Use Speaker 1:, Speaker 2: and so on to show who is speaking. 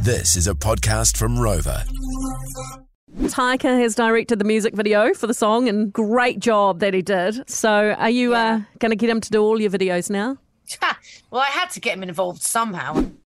Speaker 1: This is a podcast from Rover.
Speaker 2: Taika has directed the music video for the song, and great job that he did. So, are you uh, going to get him to do all your videos now?
Speaker 3: well, I had to get him involved somehow.